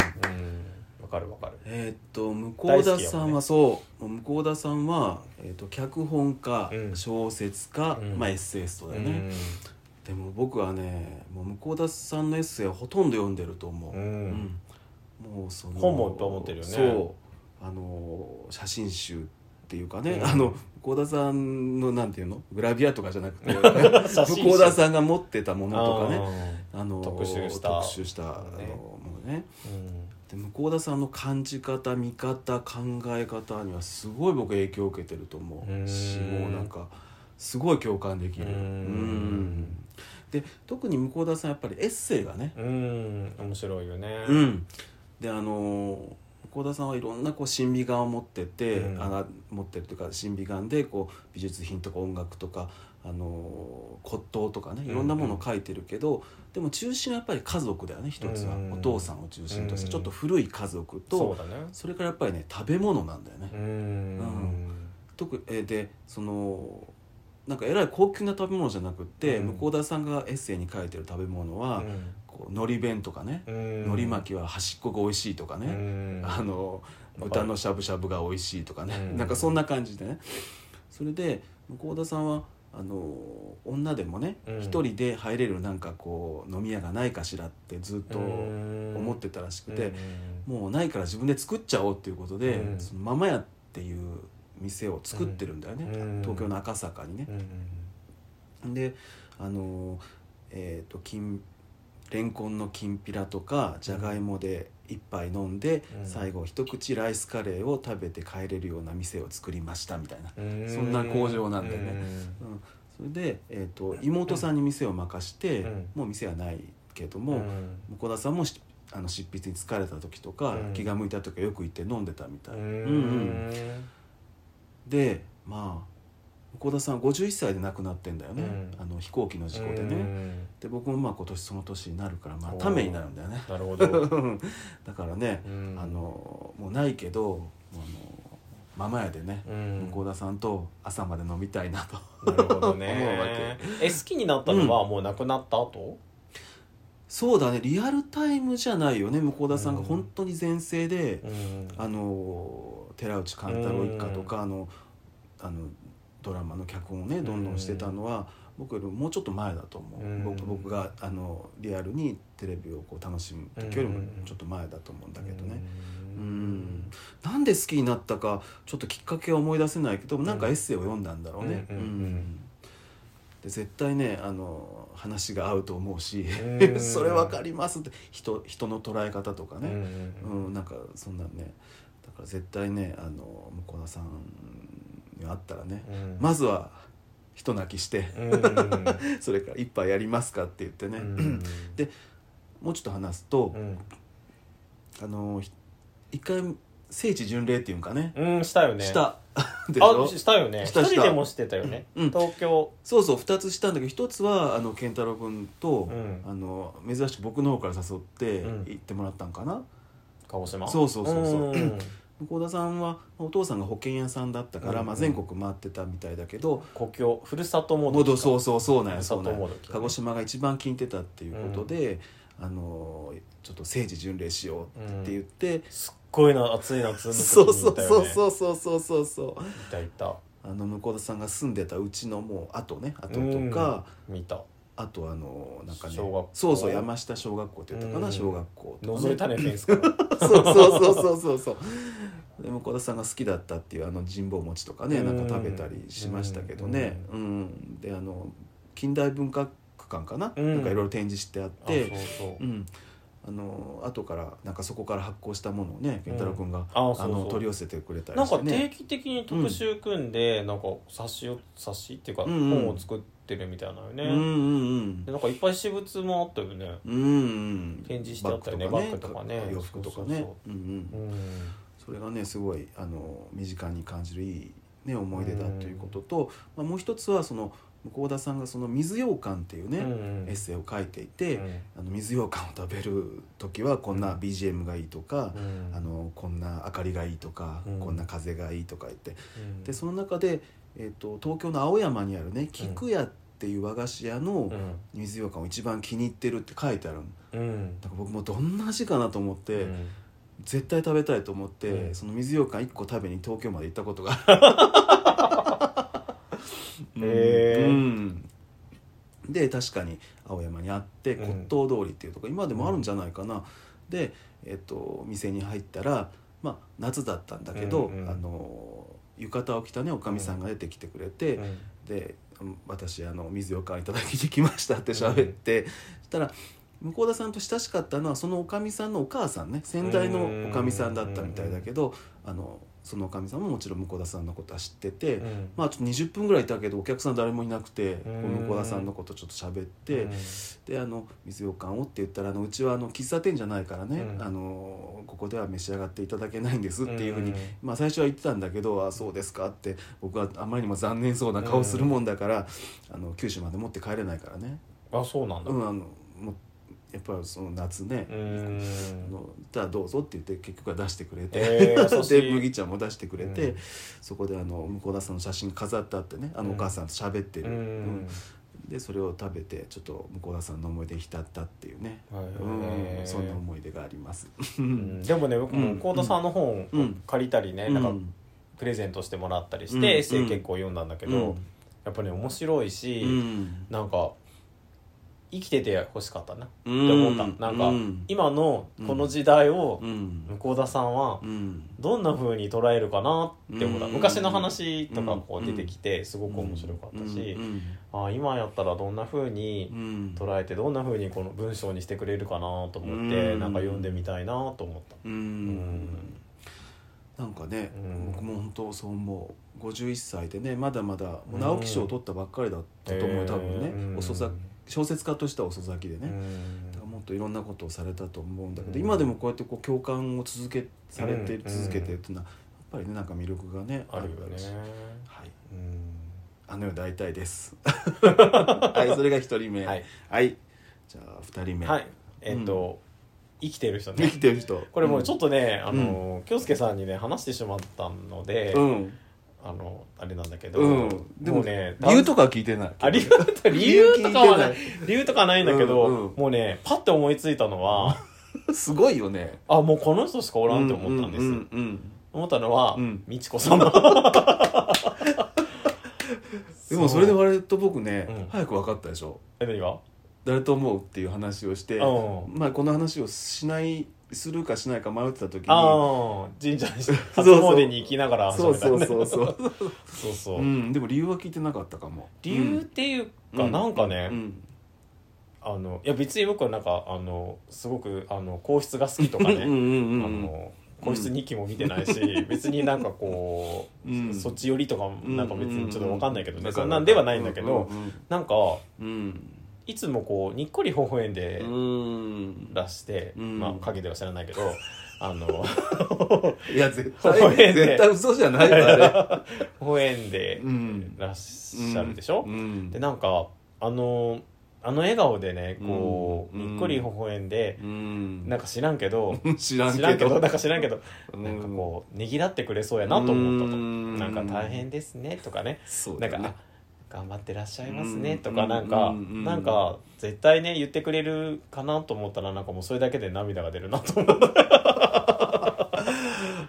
わかるわかるえーっと向田さ大好きやもんんはねそう、向田さんは、えーっと脚本家、うん小説家、うんまあ、エッセイストだよね、でも僕はねもう向田さんのエッセイはほとんど読んでると思う、うん、ううんもうその本もいっぱい持ってるよねそうあの写真集っていうかね、うんあの向田さんのなんていうのグラビアとかじゃなくて 写真 集向田さんが持ってたものとかねねあの特集した特集したあのねものねで向田さんの感じ方見方考え方にはすごい僕影響を受けてると思うしうんもうなんかすごい共感できるうんうんで特に向田さんやっぱりエッセイがねうん、うん、面白いよねうんであの向田さんはいろんなこう審美眼を持ってて、うんあの持ってるというか審美眼でこう美術品とか音楽とかあの骨董とかねいろんなものを描いてるけど、でも中心はやっぱり家族だよね一つは、うんお父さんを中心としたうんちょっと古い家族と、そうだねそれからやっぱりね食べ物なんだよね、うん、特にえーでそのなんかえらい高級な食べ物じゃなくって、うん向田さんがエッセイに書いてる食べ物は、うんこう海苔弁とかね、うん、海苔巻きは端っこが美味しいとかきね、あの豚のしゃぶしゃぶが美味しいとかね、うんなんかそんな感じでねそれで向田さんはあの女でもねうん一、人で入れるなんかこう飲み屋がないかしらってずっと思思ってたらしくてて、もうないから自分で作っちゃおうっていうことで、うんそのママ屋っていう店を作ってるんだよね、うん東京の赤坂にね。であのえっ、と金レンコンのきんぴらとかじゃがいもで一杯飲んで、うん最後一口ライスカレーを食べて帰れるような店を作りましたみたいな、そんな工場なんだよねうん、それで、えー、と妹さんに店を任して、うんもう店はないけどもも、向田さんもしあの執筆に疲れた時とか、うん気が向いた時はよく行って飲んでたみたい、ううんんうんでまあ向田さんは51歳で亡くなってんだよね、うんあの飛行機の事故でね、うんで僕もまあ今年その年になるからまあおーためになるんだよね なるほどだからね、うんあのもうないけどあのママやでね、うん向田さんと朝まで飲みたいなとなるほ思うどわけね え好きになったのはもう亡くなった後そうだねリアルタイムじゃないよね向田さんがうん本当に全盛で、うんあの寺内貫太郎一家とか、あのあのドラマの脚本をねどんどんしてたのは、僕よりももうちょっと前だと思う、うん僕僕があのリアルにテレビをこう楽しむ時よりもうんちょっと前だと思うんだけどね、ううんなんで好きになったかちょっときっかけは思い出せないけどなんかエッセイを読んだんだろうね。うんうんで絶対ねあの話が合うと思うしう んそれ分かりますって人人の捉え方とかうね、んうん、なんかそんなんねだから絶対ねあの向田さんに会ったらね、うんまずは人泣きして、うんそれから「一杯やりますか?」って言ってね、うんで もうちょっと話すとう、んあのひ一回聖地巡礼っていうんかね、うんしたよねしたでしあょしたよねし一たした人でもしてたよねうん東京そうそう2つしたんだけど1つはあの健太郎君と、うんあの珍しく僕の方から誘ってうん行ってもらったんかな、鹿児島そうそうそうそうん向田さんはお父さんが保険屋さんだったから、うんまあ、全国回ってたみたいだけど、故郷ふるさとモードもどそうそうそうなんや佐そう藤なんやもどき鹿児島が一番気に入ってたっていうことで、あのーちょっと政治巡礼しようって言って、すっごいな暑い夏の時そうにそう行ったよ、ね、そうそうそうそうそうそういたいたあの向田さんが住んでたうちのもう後ね後とか、見たあとあのーなんかね小学校そうそう山下小学校って言ったかな、うん小学校とか、ね、覗 いたねフェンスからそうそうそうそうそうそうで向田さんが好きだったっていうあの神保餅とかねうんなんか食べたりしましたけどねうん、であの近代文化区間かな、うんなんかいろいろ展示してあっあてそうそう、うんあの後からなんかそこから発行したものをね健太郎君が、あそうそうあの取り寄せてくれたなりんしかて定ね期的に特集組んで、なんか冊子を冊子っていうか、うんうん本を作ってるみたいなのよね、うんうんでなんかいっぱい私物もあったよねうんうん展示してあったりねバッグバッグとかね洋服とかそうねそうそううんうんうんそれがねすごいあの身近に感じるいい、ね、思い出だということと、まあ、もう一つはその向田さんがその水羊羹っていうね、うんエッセイを書いていうて、んあの水羊羹を食べる時はこんなうん BGM がいいとかう、んあのこんな明かりがいいとか、うんこんな風がいいとか言ってうんでその中で、えっと東京の青山にあるね菊屋って、っていう和菓子屋のうん水羊羹を一番気に入ってるって書いてあるのうんだから僕もどんな味かなと思って、うん絶対食べたいと思って、うんその水羊羹1個食べに東京まで行ったことがうん へーうんで確かに青山にあってうん骨董通りっていうとこ、今でもあるんじゃないかな、で、えっと店に入ったら、まあ、夏だったんだけど、うんうんあの浴衣を着たねおかみさんが出てきてくれて、うんで「私あの水よかんいただきに来ました」って喋って、そしたら向田さんと親しかったのはそのおかみさんのお母さんね先代のおかみさんだったみたいだけどあのそのおかみさんももちろん向田さんのことは知ってて、うんまあちょっと20分ぐらいいたけどお客さん誰もいなくて、うん向田さんのことちょっと喋って。うんであの水よかんをって言ったらあのうちはあの喫茶店じゃないからね、うんあのここでは召し上がっていただけないんですっていうふうに、うんまあ、最初は言ってたんだけど「あそうですか」って僕はあまりにも残念そうな顔するもんだから、あの九州まで持って帰れないからね、あそうなんだうん、あのもうやっぱりその夏ね、うんあのじゃあどうぞって言って結局は出してくれて、えー優しいで麦茶も出してくれて、うんそこであの向田さんの写真飾ってあってねあのお母さんと喋ってる、ううんんでそれを食べてちょっと向田さんの思い出に浸ったっていうね、はいうんへーそんな思い出があります。うんでもね僕も幸田さんの本うんうん借りたりねうなんんかプレゼントしてもらったりしうんてエッセイ結構読んだんだけうどんやっぱね面白いしんなんか生きてて欲しかったなってうん思ったなんかうん今のこの時代をうん向田さんはうんどんな風に捉えるかなって思ったうん昔の話とかうこうん出てきてすごく面白かったしうんあ今やったらどんな風にうんうん捉えてどんな風にこの文章にしてくれるかなと思ってうんなんか読んでみたいなと思ったうんんなんかね、うん僕も本当そう思う51歳でねまだまだもう直木賞を取ったばっかりだったと思う、えー多分ね、うん遅咲小説家としては遅咲きでね、うんだからもっといろんなことをされたと思うんだけど、うん今でもこうやってこう共感を続けされて、うん続けてっていうのはやっぱりねなんか魅力がねあるよだろうしねはい、うんあの世大体です はいそれが一人目はい、はいじゃあ二人目、はいえっと生きてる人生 ねきてる人これもうちょっょっとねあの京介さんにね話してしまったのでうん、あのあれなんだけどうん、もでもうね理由とかは聞いてないあ理由と理由とかはない 理理由とかはないんだけど、うんうんもうねパッて思いついた のは、すごいよねあもうこの人しかおらんって思ったんです、うんうん思ったのは、うん美智子 様でもそれでは割と僕ね、うん早く分かったでしょ何が誰と思うっていう話をして、うんまあこの話をしないするかしないか迷ってた時にああ神社に初そうそう詣に行きながらそうそう そそううそう、そうそううん、でも理由は聞いてなかったかも理由っていうか、うんなんかね、うん、うんあのいや別に僕はなんかあのすごくあの皇室が好きとかうんうね、んうんあの皇室日記も見てないし、別になんかこう、うんそっち寄りとかもなんか別にちょっと分かんないけどね、うそんなんではないんだけど、なんかうんうんいつもこうにっこり微笑んでうんらして、うんまあ影では知らないけどあのいや絶ごめんね対絶対嘘じゃないよあれ 微笑んでうんらっしゃるでしょ、うんでなんかあのあの笑顔でねこう、うんにっこり微笑んでう、んなんか知らんけど 知らん知けらどんけどなんか知らんけど、うなんかこうねぎらってくれそうやなと思ったと、うんなんか大変ですねとかねそうなだんねか、あ頑張ってらっしゃいますねうんとかなんか、うんうんなんか絶対ね言ってくれるかなと思ったらなんかもうそれだけで涙が出るなと思って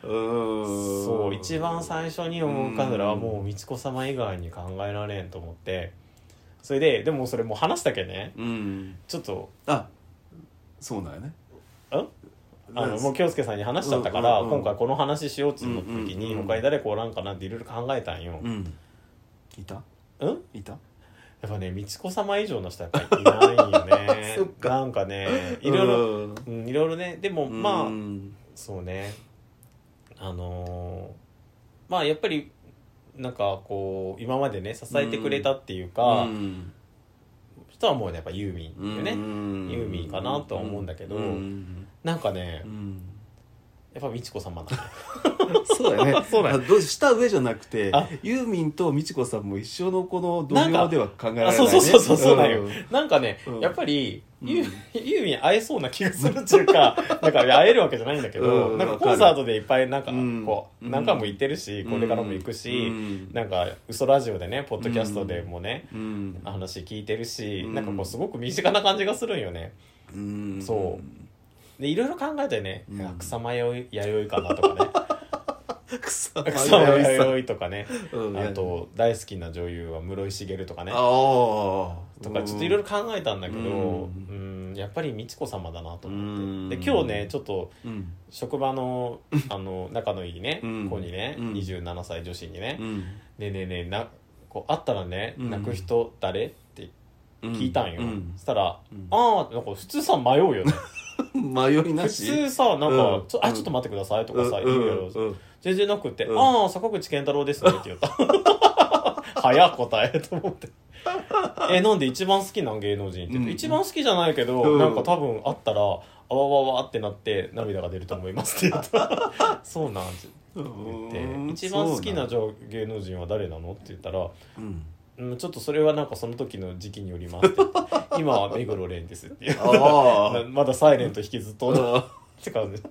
うんそう一番最初に思うカヌラはもう美智子様以外に考えられんと思ってそれででもそれもう話だけねうんちょっとあそうなんやねんあのもう京介さんに話しちゃったから、うんうんうん今回この話しようっつうの時に、うんうんうん他に誰かおらんかなっていろいろ考えたんよ、うんいたうん、いたやっぱね美智子様以上の人はやっぱりいないよ ねそっかなんかねいろいろ、うんうん、いろいろねでもまあ、うんそうねあのーまあやっぱりなんかこう今までね支えてくれたっていうか、うん人はもうねやっぱユーミンよね、うんユーミンかなとは思うんだけどうんなんかねうんやっぱ美智子様なんだ そうだよね そうだよあどうした上じゃなくてあユーミンと美智子さんも一生のこの同なん僚かでは考えられない、ね、あそうそうそうそうそうだよんなんかね、うんやっぱり、ユーうんユーミン会えそうな気がするっていうか なんか会えるわけじゃないんだけど、うんなんかわかるコンサートでいっぱいなんかうんこう、うん何回も行ってるし、これからも行くし、なんか嘘ラジオでねポッドキャストでもね、うんうん話聞いてるし、うんなんかこうすごく身近な感じがするんよねうんそでいろいろ考えてね、うんあ草間弥生かな とかね草間草間彌生さん弥生とかねうんあと大好きな女優は室井茂とかねああとかちょっといろいろ考えたんだけど、ううんんやっぱり美智子様だなとうん思ってで今日ねちょっとうん職場のあの仲のいいねうん子にねうん27歳女子にねうん「ねえねえねえなこう会ったらねうん泣く人誰?」ってう聞いたんよ、うそしたら「うんああ」なんか普通さ迷うよね迷い な普し通さなんか、うんちょあ「ちょっと待ってください」とかさうん言うやろ、うんうん全然なくて「うんああ坂口健太郎ですね」って言った 早っ答えと思って 「えなんで一番好きなん芸能人」って言って、うん一番好きじゃないけど、うんなんか多分会ったら「あわわわ」ってなって涙が出ると思いますって言った そうなんって言ってうん一番好きなそじゃあ芸能人は誰なのって言ったら「う なんうん、ちょっとそれはなんかその時の時期により ます」って言って「今は目黒蓮です」っていうああまだサイレント引きずっとう んって感じ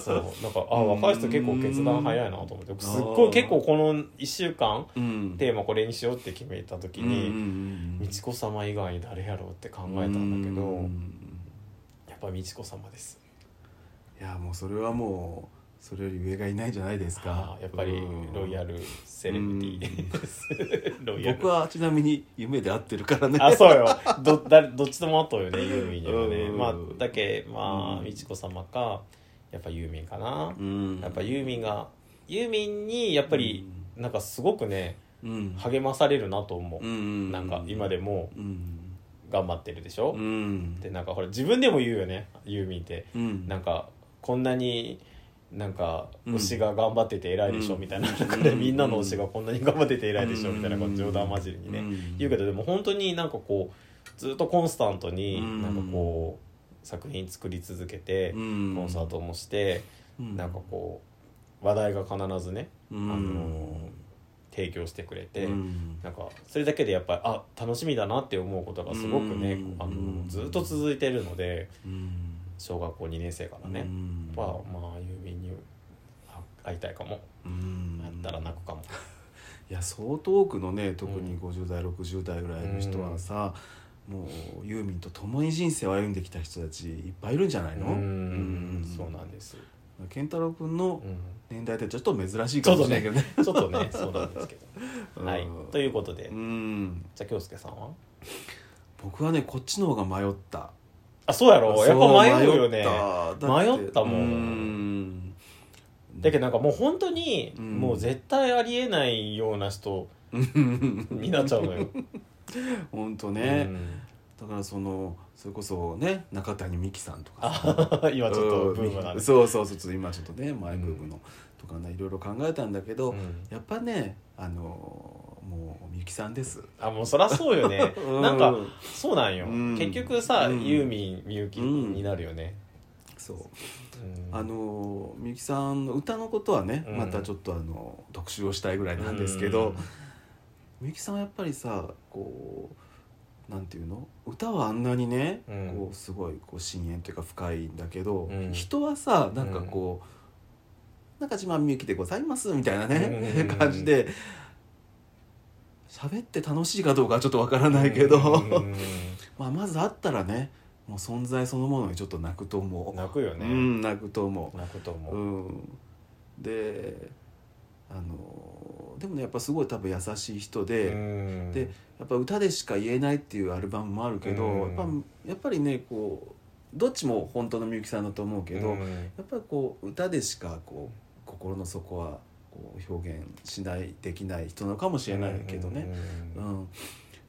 そうなんかあ若い人結構決断早いなと思ってすっあごいー結構この1週間 うんテーマこれにしようって決めた時うんにうん美智子様以外に誰やろうって考えたんだけうどんやっぱ美智子様ですいやもうそれはもうそれより上がいないじゃないですかあーやっぱりロイヤルルセレブリティです ロイヤル僕はちなみに夢で会ってるからね あそうよどだどっちともあったよねユーミンにはねうんまあだけまうあん美智子様かやっぱユーミンかなうんやっぱユーミンがユーミンにやっぱりなんかすごくねうん励まされるなと思うう、んなんか今でもうん頑張ってるでしょう、んでなんかほら自分でも言うよねユーミンってうんなんかこんなになんかうん推しが頑張ってて偉いでしょ、うんみたいな中で、みんなの推しがこんなに頑張ってて偉いでしょ、みたいなこう冗談交じりにね、うん言うけどでも本当になんかこうずっとコンスタントうにんなんかこう作品作り続けて、うんコンサートもして、うんなんかこう話題が必ずね、うんあの提供してくれて。うんなんかそれだけでやっぱりあ楽しみだなって思うことがすごくねうんあのずっと続いてるのでうん小学校2年生からねうんはまあ郵便にあ会いたいかもうん会ったら泣くかもいや相当多くのね特うにん50代60代ぐらいの人はさ、もうユーミンと共に人生を歩んできた人たちいっぱいいるんじゃないのうんそうななんです健太郎君のうん年代でちょっと珍しいかもしれないけどね。ちょっとねそうなんですけどはいうんということでうんじゃあ京介さんは僕はねこっちの方が迷った。あそうやろやっぱ迷うよねそう迷迷ったもんん。だけどなんかもう本当にうんもう絶対ありえないよう な人になっちゃうのよ本当うね、んだからそのそれこそね中谷美紀さんとかさあ今ちょっとブームなんうんですそうそうそうちょっと今ちょっとねマイブームのとかねいろいろ考えたんだけど、うんやっぱねあのーもうみゆきさんです、あもうそらそうよね うなんかそうなんよ、うん結局さ、うんユーミンみゆきになるよね、そううんあのーみゆきさんの歌のことはね、うんまたちょっとあの特集をしたいぐらいなんですけど、うんみゆきさんはやっぱりさこうなんていうの歌はあんなにね、うんこうすごいこう深淵というか深いんだけど、うん人はさなんかこう「中島みゆきでございます」みたいなね、うん感じで喋って楽しいかどうかはちょっとわからないけど、うん まあまず会ったらねもう存在そのものにちょっと泣くと思泣くよう、ね、うん泣くと思う。泣くと思う、うん、であのでもねやっぱすごい多分優しい人で、うんでやっぱ歌でしか言えないっていうアルバムもあるけど、うんやっぱやっぱりねこうどっちも本当のみゆきさんだと思うけど、やうんっぱりこう歌でしかこう心の底はこう表現しないできない人なのかもしれないけどね。ううんん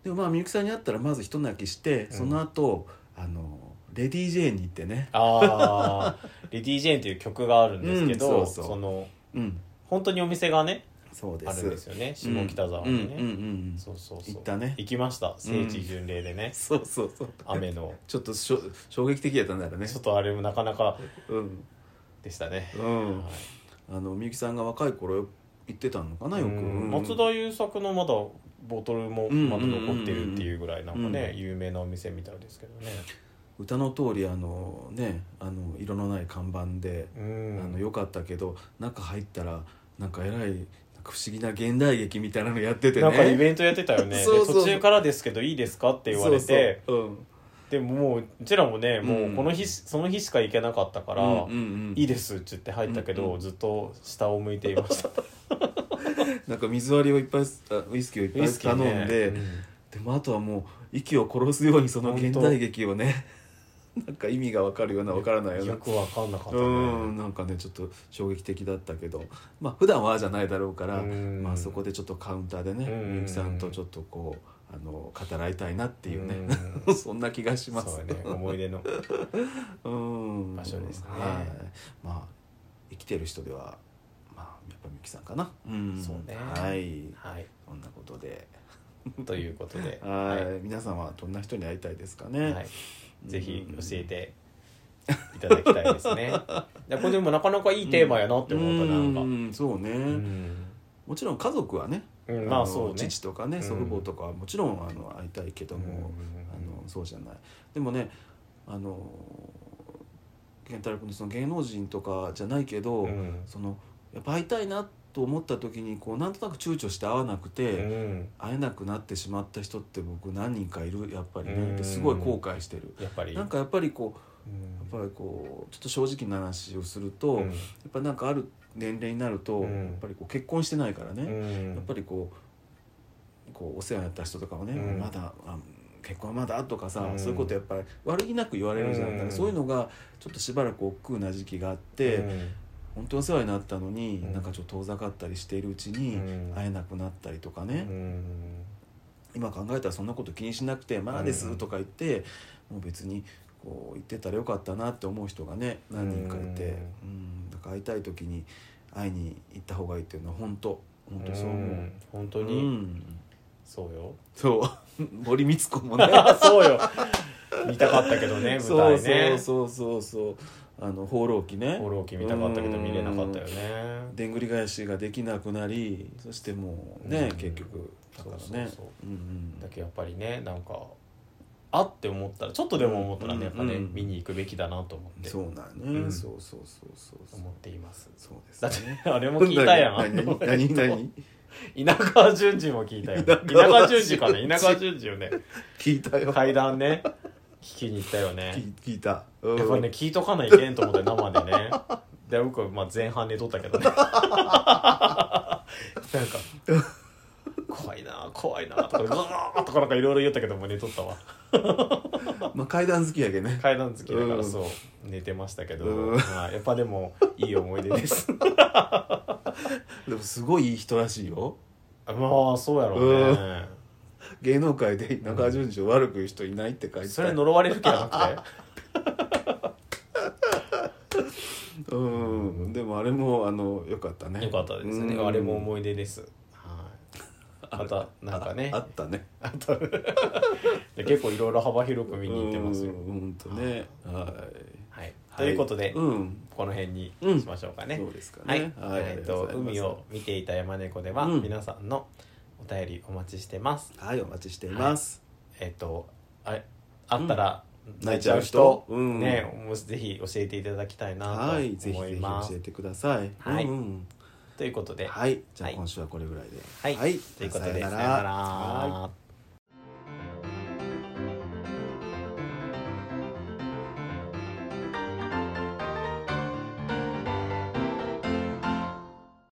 でもまあみゆきさんに会ったらまず一泣きして、その後あのレディー・ジェーンに行ってね、ああ「レディー・ジェーン」っていう曲があるんですけど、うんそうそうのうん、本当にお店がねそうであするんですよね下北沢うんにね、うんうんうんそうそうそう行ったね行きました聖地巡礼でね、そうそうそう雨のちょっとしょ衝撃的やったんだよねちょっとあれもなかなかうんでしたね、うんはいあのみゆきさんが若い頃よ行ってたのかなよく、うんうん松田優作のまだボトルもうんまだ残ってるっていうぐらいなんかね、うん有名なお店みたいですけどね、歌の通りあのねあの色のない看板で、うん、あの良かったけど中入ったらなんかえらいなんか不思議な現代劇みたいなのやっててねなんかイベントやってたよね でそうそう途中からですけどいいですかって言われてそうそううんでももううちらもねもうんうこの日し、その日しか行けなかったから、うんうんうんいいですって言って入ったけど、うんうんずっと下を向いていましたなんか水割りをいっぱいあ ウイスキーをいっぱい頼んで、ねでもあとはもう息を殺すようにその現代劇をね なんか意味がわかるようなわからないよううんなよくわかんなかったねうんなんかねちょっと衝撃的だったけどまあ普段はじゃないだろうから、うんまあ、そこでちょっとカウンターでねうんみゆきさんとちょっとこうあの語らいたいなっていうね、う そんな気がしまそうすやね思い出のうん場所ですねはい、まあ生きてる人ではまあやっぱみゆきさんかな、うんそうねはいはいこんなことでということではい、皆さんはどんな人に会いたいですかね、はい、うんぜひ教えていただきたいですね。いやこれでもなかなかいいテーマやなって思ったなんか。ううんんそうね、うんもちろん家族はねうんまあのそうね。父とかねうん祖父母とかはもちろんあの会いたいけども、あのそうじゃないでもねあの健太郎君のその芸能人とかじゃないけど、うんそのやっぱ会いたいなと思った時にこうなんとなく躊躇して会わなくうて、ん会えなくなってしまった人って僕何人かいるやっぱりうねんですごい後悔してる。やっぱり。なんかやっぱりこううんやっぱりこうちょっと正直な話をすると、うやんっぱなんかある年齢になると、うんやっぱりこう結婚してないからね、うんやっぱりこうこうお世話になった人とかはね、うんまだあ結婚はまだとかさ、うんそういうことやっぱり悪気なく言われるじゃないか、うんそういうのがちょっとしばらく億劫な時期があって、本当にお世話になったのに、うんなんかちょっと遠ざかったりしているうちうにん会えなくなったりとかね、うん今考えたらそんなこと気にしなくて「まあです」とか言って、もう別にこう言ってたらよかったなって思う人がね何人かいて、うんだから会いたい時に会いに行った方がいいっていうのは本当本当そう思う。ん本当本当ににそうよ。 そう森光子もねそうよ。見たかったけどね 舞そう台そうね。そうそうそうあの放浪記ね放浪記見たかったけど見れなかったよね。うんでんぐり返しができなくなりそしてもうねうん結局だからねそうそうそううんうんだけどやっぱりねなんかあって思ったらちょっとでも思ったらうね、んやっぱね、うん見に行くべきだなと思ってそうなんね、うんそうそうそうそうそう思っていますそうですだっねてあれも聞いたやんあ 何の何何 何稲川淳二も聞いたよ稲稲川川淳二淳二かね稲川淳二 をね聞いたよ階段ね聞きに行ったよね聞聞いた、うんやっぱりね聞いとかないけんと思って生で ねで僕はまあ前半で撮ったけど ねなんか怖いな怖いなとかうわーとかなんかいろいろ言ったけどもう寝とったわまあ階段好きやけね階段好きだかうんらそう寝てましたけど、うんまあ、やっぱでもいい思い出です でもすごいいい人らしいよあまあそうやろうね、芸能界で中淳二を悪く言う人いないって書いてそたよれ呪われる気はなくてうん、でもあれもあの良かったね。 よかったですね、うんあれも思い出です、はいまたなんかねああったね。あとで結構いろいろ幅広く見に行ってますよ、うん本当ね。はい。はい、ということで、うん。この辺にしましょうかね、そうですかはい、ね。えっと海を。見ていた山猫では、うん皆さんのお便りお待ちしてますはい、お待ちしています。えっ、とああったら泣泣いいちちゃゃうう人人、うんねもしぜひ教えていただきたいなとはい、ぜひ思ぜいひま教えす。てください。はいうんうんということで、はい、じゃあはい今週はこれぐらいで。はいということでさよなさよなら。はいら。